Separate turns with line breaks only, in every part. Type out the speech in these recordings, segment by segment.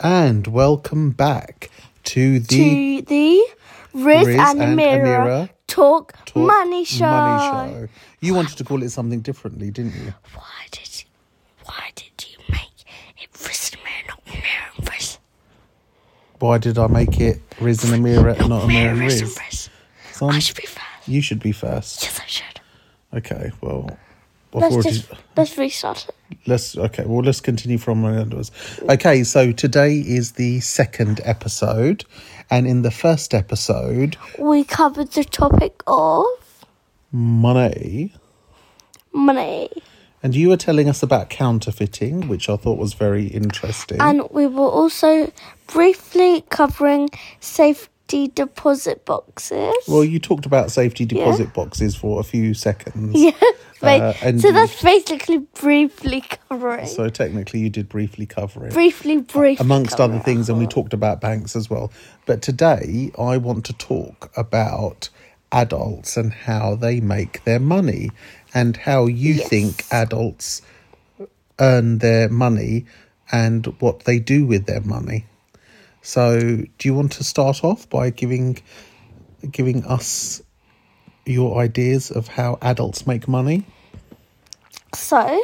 and welcome back to the
to the Riz,
Riz
and,
and
Amira,
Amira
Talk,
Talk
Money Show.
Show. You wanted to call it something differently, didn't you?
Why did you, why did you make it Riz and Amira, not Amira and Riz?
Why did I make it Riz and Amira and not Amira and
Riz
Riz?
Riz.
Son,
I should be first.
you should be first.
Yes, I should.
Okay, well, I've
Let's
already-
just let's restart it.
Let's okay. Well, let's continue from where it was. Okay, so today is the second episode, and in the first episode,
We covered the topic of
money,
money,
and you were telling us about counterfeiting, which I thought was very interesting.
and we were also briefly covering safety deposit boxes.
well, you talked about safety deposit boxes for a few seconds.
yeah, right.
uh, and
so
you-
that's basically briefly covering.
So technically, you did briefly cover it.
briefly, briefly.
amongst
cover
other
it.
things, and we talked about banks as well. But today, I want to talk about adults and how they make their money and how you
Yes.
think adults earn their money and what they do with their money. So, do you want to start off by giving giving us your ideas of how adults make money?
So,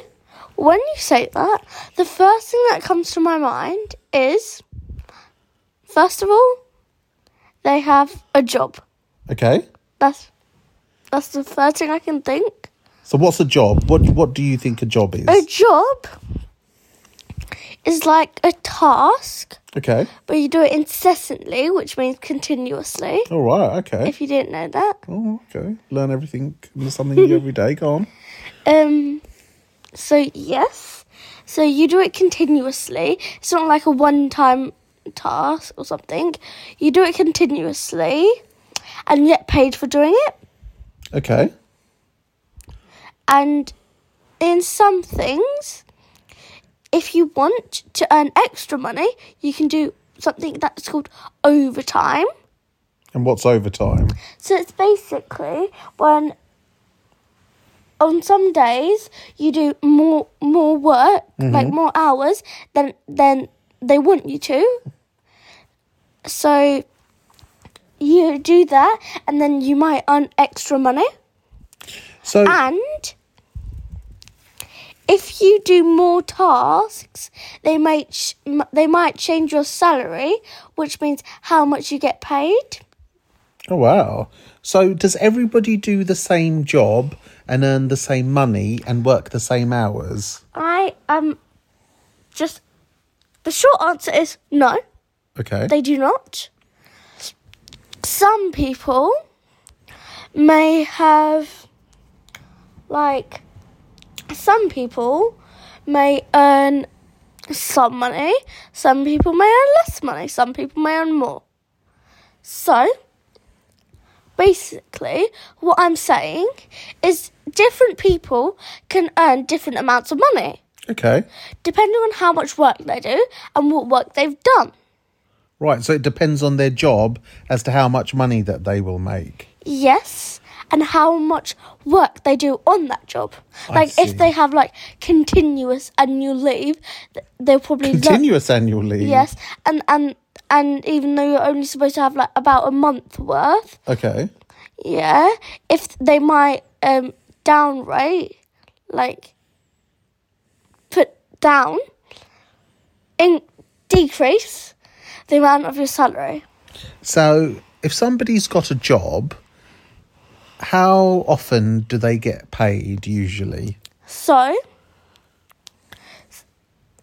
when you say that, the first thing that comes to my mind is first of all, they have a job.
Okay.
That's that's the first thing I can think.
So, what's a job? What what do you think a job is?
A job is like a task,
Okay.
but you do it incessantly, which means continuously.
All right. Okay.
If you didn't know that,
Oh, okay. Learn everything, something new every day. Go on.
um, so yes, so you do it continuously. It's not like a one-time task or something. You do it continuously, and you get paid for doing it.
Okay.
And in some things, if you want to earn extra money, you can do something that's called overtime.
And what's overtime?
So it's basically when on some days you do more more work, like more hours than than they want you to. So you do that and then you might earn extra money.
So,
Ah. And if you do more tasks, they might ch- m- they might change your salary, which means how much you get paid.
oh wow. So, does everybody do the same job and earn the same money and work the same hours?
I um just the short answer is no,
Okay.
they do not. Some people may have like some people may earn some money, some people may earn less money, some people may earn more. So basically what I'm saying is different people can earn different amounts of money
okay.
depending on how much work they do and what work they've done.
Right. So, it depends on their job as to how much money that they will make.
Yes, and how much work they do on that job. Like
see.
if they have like continuous annual leave, th- they'll probably lo-
Continuous annual leave.
yes, and and and even though you're only supposed to have like about a month worth,
Okay.
yeah, if they might um downrate, like put down, in decrease the amount of your salary.
So, if somebody's got a job, how often do they get paid usually?
So,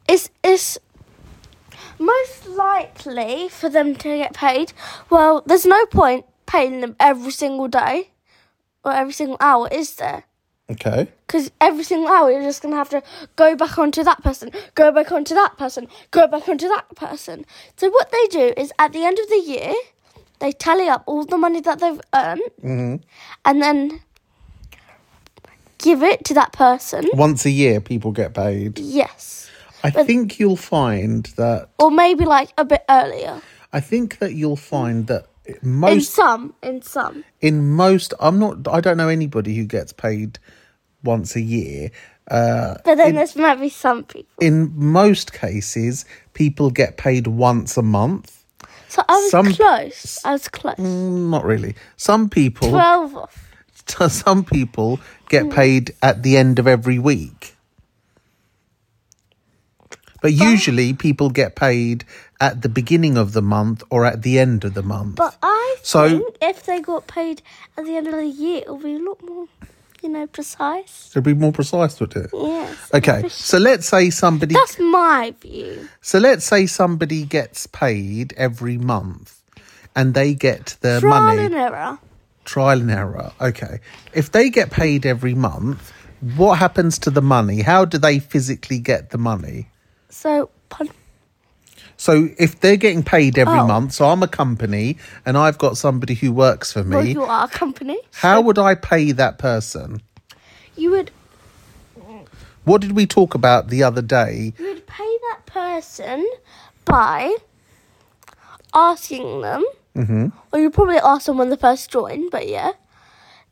it's, it's most likely for them to get paid. Well, there's no point paying them every single day or every single hour, is there?
Okay.
Because every single hour you're just going to have to go back onto that person, go back onto that person, go back onto that person. So, what they do is at the end of the year, they tally up all the money that they've earned and then give it to that person.
Once a year, people get paid.
Yes.
I think you'll find that
Or maybe like a bit earlier.
I think that you'll find that
In
most
some, in some.
in most I'm not I don't know anybody who gets paid once a year
But then this might be some people.
In most cases, people get paid once a month.
So I was
some-
close. I was close.
Mm, Not really. Some people,
Twelve off.
some people
Hmm.
get paid at the end of every week. But usually, people get paid at the beginning of the month or at the end of the month.
But I
So-
think if they got paid at the end of the year, it'll be a lot more, you know, precise.
to be more precise with it.
Yes.
Okay, so let's say somebody.
That's my view.
So let's say somebody gets paid every month, and they get their
Trial
money
and error.
trial and error. Okay, if they get paid every month, what happens to the money? How do they physically get the money?
So pun-
So if they're getting paid every
Oh.
month, so I'm a company and I've got somebody who works for
well,
me.
you are a company.
how would I pay that person?
You would
What did we talk about the other day?
you would pay that person by asking them, or you probably ask them when they first joined, but yeah,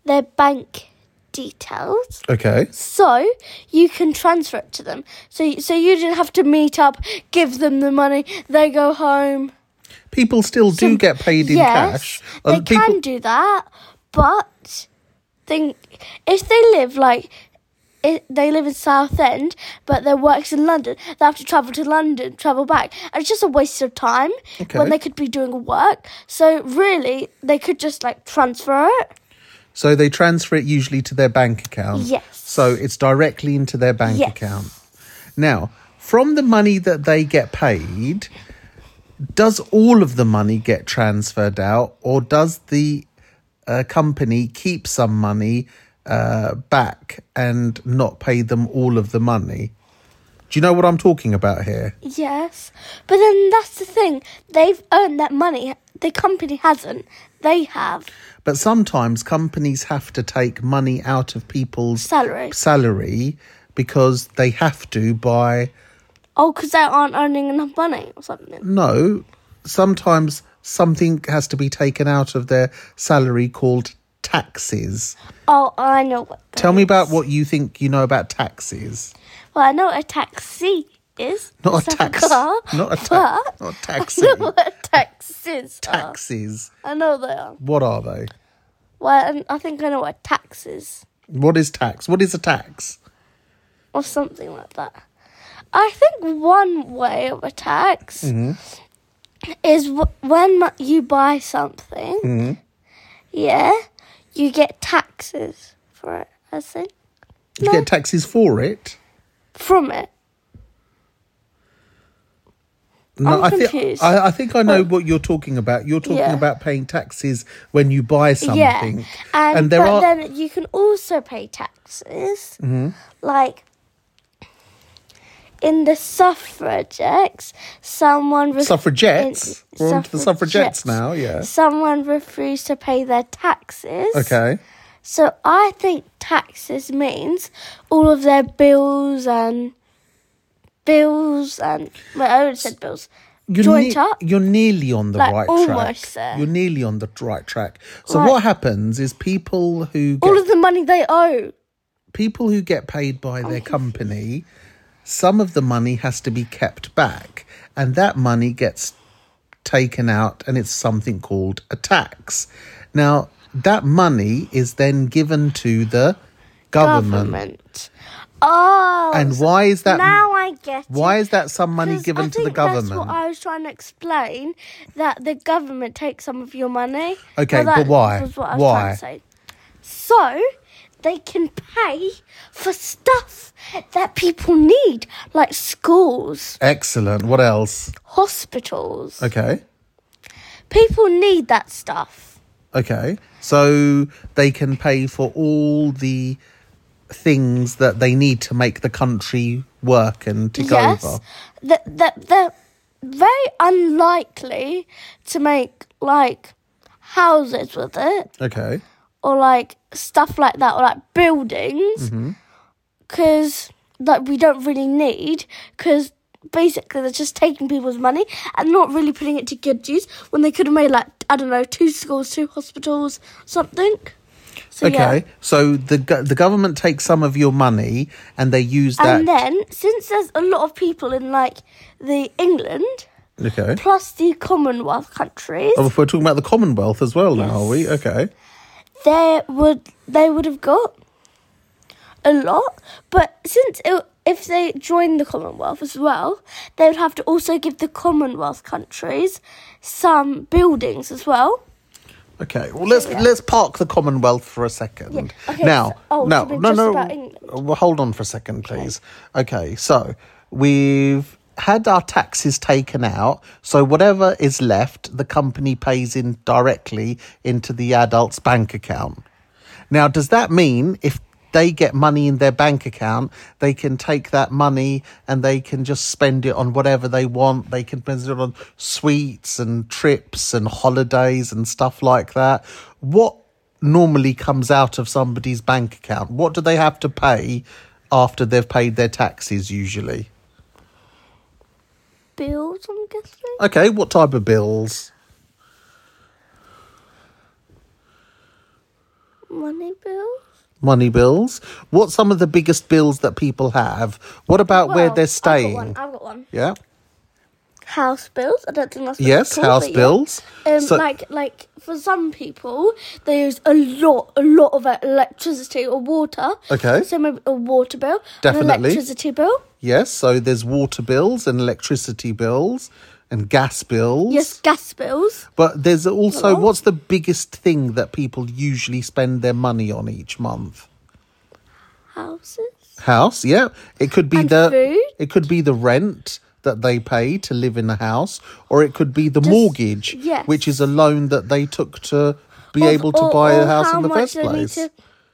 their bank details.
Okay.
So you can transfer it to them. So so you didn't have to meet up, give them the money, they go home.
People still do
Some-
get paid in cash.
They
And people,
can do that, but think if they live like i they live in Southend, but their work's in London. They have to travel to London, travel back, and it's just a waste of time
Okay.
when they could be doing work. So really, they could just like transfer it.
So they transfer it usually to their bank account.
Yes.
So it's directly into their bank
Yes.
account. Now, from the money that they get paid, does all of the money get transferred out or does the uh, company keep some money uh, back and not pay them all of the money? Do you know what I'm talking about here?
Yes, but then that's the thing. They've earned that money. The company hasn't. They have
But sometimes companies have to take money out of people's
salary.
salary because they have to by
Oh, because they aren't earning enough money or something.
No, sometimes something has to be taken out of their salary called taxes.
Oh, I know what. that
Tell me
is.
about what you think you know about taxes.
Well, I know what a taxi is.
Not
It's
a
like
tax.
car,
Not a tax.
but
Not a
I
taxi.
know what a taxis are.
Taxes.
I know they are.
What are they?
Well, I- I think I know what a tax is
What is tax? What is a tax?
or something like that. I think one way of a tax
Mm-hmm.
is w- when mu- you buy something,
Mm-hmm.
yeah, you get taxes for it, I think,
You get taxes for it.
from it.
No,
I'm
I thi-
confused.
I, I think I know what you're talking about. You're talking
Yeah.
about paying taxes when you buy something.
Yeah, and,
and there
but
are Mm-hmm.
then you can also pay taxes, like in the suffragettes. Someone ref-
suffragettes.
in-
We're on to the suffragettes
suffragettes.
now, yeah.
Someone refused to pay their taxes.
Okay.
So I think taxes means all of their bills and bills and well, I already said bills.
you're
joint
ne-
up.
You're nearly on the
Like,
right track.
almost there.
You're nearly on the right track. So
Right.
what happens is people who get,
All of the money they owe.
people who get paid
Oh,
by their company, some of the money has to be kept back, and that money gets taken out, and it's something called a tax. Now that money is then given to the government.
Government. Oh,
And why is that?
now I get it.
why is that some money
'Cause I
given to the
think That's what
government?
I was trying to explain that the government takes some of your money.
Okay,
Well, that
but why?
was what I was
Why?
trying to say. So they can pay for stuff that people need, like schools,
Excellent. What else?
hospitals.
Okay.
People need that stuff.
Okay. So they can pay for all the things that they need to make the country work and tick
yes,
over.
that that they're very unlikely to make like houses with it.
Okay.
or like stuff like that, or like buildings,
Mm-hmm.
because like we don't really need, because basically they're just taking people's money and not really putting it to good use when they could have made like I don't know two schools, two hospitals, something. So yeah.
okay, so the go- the government takes some of your money and they use that.
And then, since there's a lot of people in like the England
okay.
plus the Commonwealth countries,
Oh, if we're talking about the Commonwealth as well now, are we? Okay.
they would they would have got a lot. But since it, if they joined the Commonwealth as well, they would have to also give the Commonwealth countries some buildings as well.
Okay. Well, let's
Yeah.
let's park the Commonwealth for a second.
Yeah, okay,
now,
so- oh,
no,
should we
no,
just
no.
about England?
Well, hold on for a second, please. Okay. So we've had our taxes taken out. So whatever is left, the company pays in directly into the adult's bank account. Now, does that mean if they get money in their bank account, they can take that money and they can just spend it on whatever they want. They can spend it on sweets and trips and holidays and stuff like that. What normally comes out of somebody's bank account? What do they have to pay after they've paid their taxes usually?
Bills, I'm guessing.
Okay, what type of bills?
Money bills.
Money bills? What's some of the biggest bills that people have? What about where
Well,
they're
I've got one.
staying?
I've got one.
Yeah.
House bills. I don't think that's what
Yes,
it's called,
house
but yeah.
bills.
Um,
So-
like, like for some people, they use a lot, a lot of electricity or water.
Okay.
So maybe a water bill, an
Definitely.
electricity bill.
Yes, so there's water bills and electricity bills and gas bills.
Yes, gas bills.
But there's also
Hello?
what's the biggest thing that people usually spend their money on each month?
Houses.
House, yeah. It could be
And
the
food?
it could be the rent that they pay to live in the house, or it could be the mortgage,
yes.
which is a loan that they took to be
Or-
able to
or-
buy a
or
house
how
in the
much
first
they need
place.
to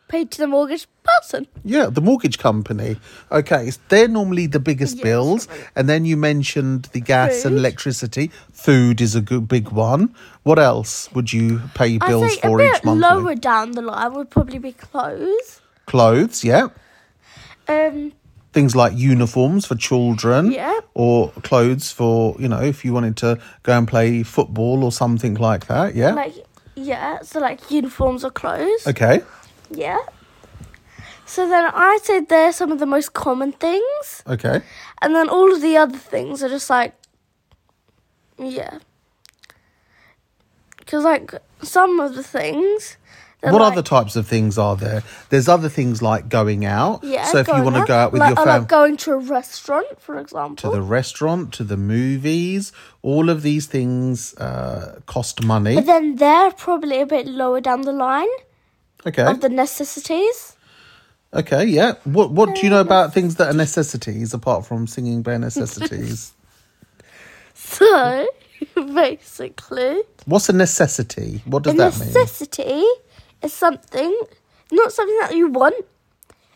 pay to the mortgage person.
Yeah, the mortgage company. Okay, s- they're normally the biggest
Yes,
bills. And then you mentioned the gas and
Food.
electricity. Food is a good big one. What else would you pay
I
bills
think a
for
bit
each month?
lower down the line would probably be clothes.
Clothes, yeah.
Um,
Things like uniforms for children,
Yeah.
or clothes for you know if you wanted to go and play football or something like that. Yeah.
like yeah, so like uniforms or clothes.
okay.
Yeah. So then I say they're some of the most common things,
Okay.
and then all of the other things are just like, yeah. Because like some of the things. they're
What
like,
other types of things are there? There's other things like going out.
Yeah.
so if you
going
want to
out,
go out with
like,
your
I
family,
like going to a restaurant, for
to
example.
the restaurant, to the movies. All of these things uh, cost money.
but then they're probably a bit lower down the line
Okay.
of the necessities.
Okay. Yeah. What What do you know about things that are necessities apart from singing bare necessities?
So basically,
What's a necessity? What does
A
that mean?
necessity is something, not something that you want.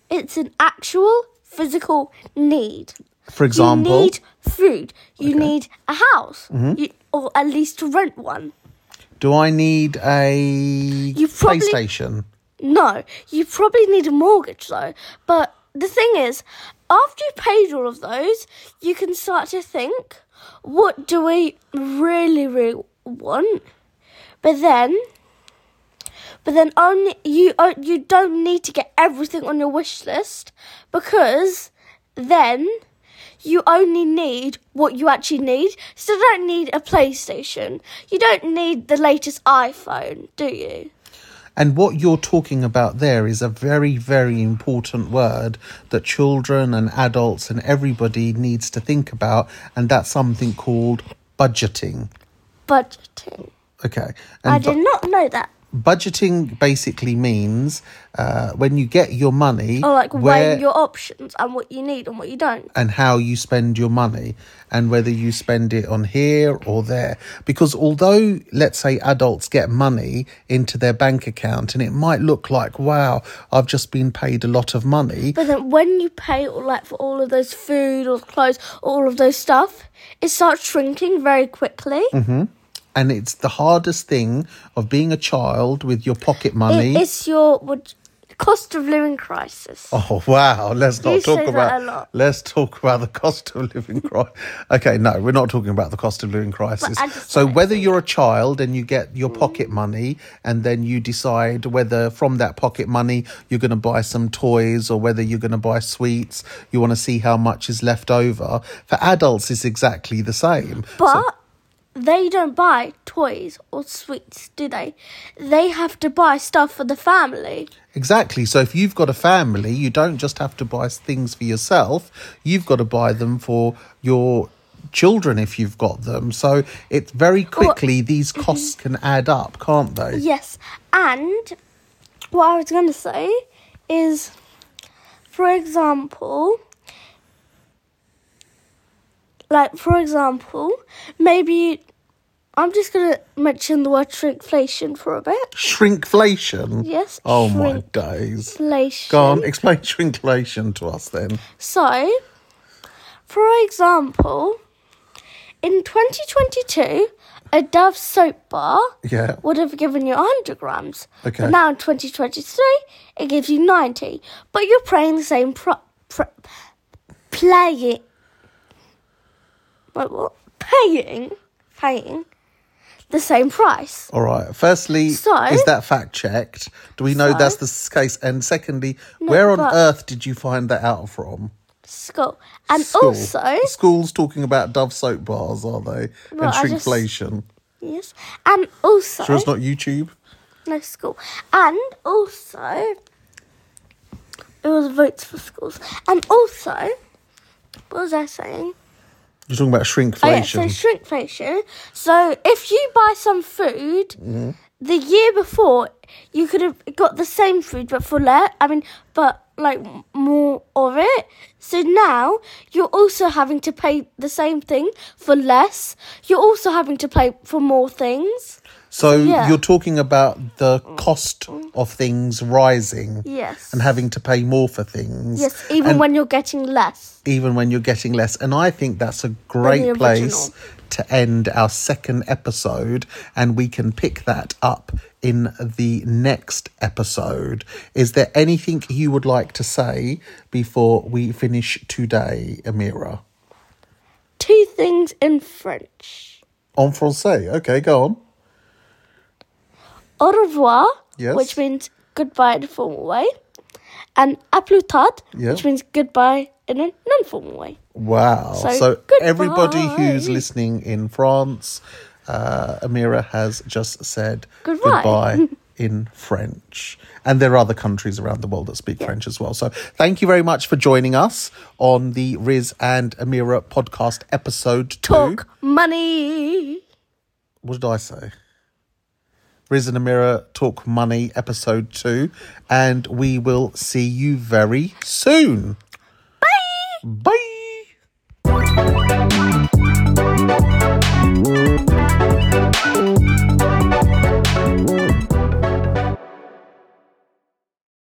It's an actual physical need.
For example, Mm-hmm.
you need food. You need a house, you, or at least to rent one.
do I need a
You probably-
PlayStation?
No, you probably need a mortgage though. But the thing is, after you've paid all of those, you can start to think, what do we really, really want? But then, but then only you uh, you don't need to get everything on your wish list because then you only need what you actually need. So you don't need a PlayStation. You don't need the latest iPhone, do you?
And what you're talking about there is a very, very important word that children and adults and everybody needs to think about, and that's something called budgeting.
Budgeting.
Okay.
I
And bu-
did not know that.
budgeting basically means uh, when you get your money
Or Oh, like
where
weighing your options and what you need and what you don't.
and how you spend your money and whether you spend it on here or there because although let's say adults get money into their bank account and it might look like wow i've just been paid a lot of money
But then when you pay all like for all of those food or clothes, all of those stuff, it starts shrinking very quickly.
Mm-hmm. and it's the hardest thing of being a child with your pocket
It-
money
it's your what cost of living crisis.
Oh wow! Let's not
You
talk
say that
about.
a lot.
Let's talk about the cost of living crisis. okay, no, we're not talking about the cost of living crisis.
I just
So
said it.
whether you're a child and you get
Mm.
your pocket money, and then you decide whether from that pocket money you're going to buy some toys or whether you're going to buy sweets, you want to see how much is left over. For adults, it's exactly the same.
But they don't buy toys or sweets, do they? They have to buy stuff for the family.
Exactly. So if you've got a family, you don't just have to buy things for yourself. You've got to buy them for your children if you've got them. So it's very quickly these
mm-hmm.
costs can add up, can't they?
Yes, and what I was going to say is, for example, like for example, maybe I'm just going to mention the word shrinkflation for a bit.
Shrinkflation.
Yes,
Oh my days.
Shrinkflation.
Go on, explain shrinkflation to us then.
So, for example, in 2022, a Dove soap bar
Yeah.
would have given you 100 grams.
Okay.
But now in 2023, it gives you 90. But you're paying the same pro- pro- playing. Wait, what? Paying, paying the same price.
All right. Firstly,
So-
is that fact checked? Do we know
So-
that's the s- case? And secondly, where on
but-
earth did you find that out from?
School. And
School.
also,
schools talking about Dove soap bars, are they?
Well,
and
I just-
shrinkflation.
yes, and also.
Sure, it's not YouTube.
no school. And also, it was votes for schools. And also, what was I saying?
You're talking about
Oh, yeah, so
shrinkflation.
shrinkflation. So if you buy some food the year before, you could have got the same food but for less. I mean, but like m- more of it. So now you're also having to pay the same thing for less. You're also having to pay for more things.
so
yeah.
you're talking about the cost of things rising
Yes.
and having to pay more for things.
yes, even
and
when you're getting less.
even when you're getting less. And I think that's a
the
great
original.
place to end our second episode, and we can pick that up in the next episode. Is there anything you would like to say before we finish today, Amira?
two things in French.
En français. Okay, go on.
Au revoir,
Yes.
which means goodbye in a formal way, and à plus tard,
Yeah.
which means goodbye in a non-formal way.
Wow. So,
So,
everybody
goodbye.
who's listening in France, uh, Amira has just said
Goodbye.
in French. And there are other countries around the world that speak French as well. So thank you very much for joining us on the Riz and Amira podcast episode two.
Talk money.
What did I say? Riz and Amira talk money episode two. And we will see you very soon. Bye. Bye.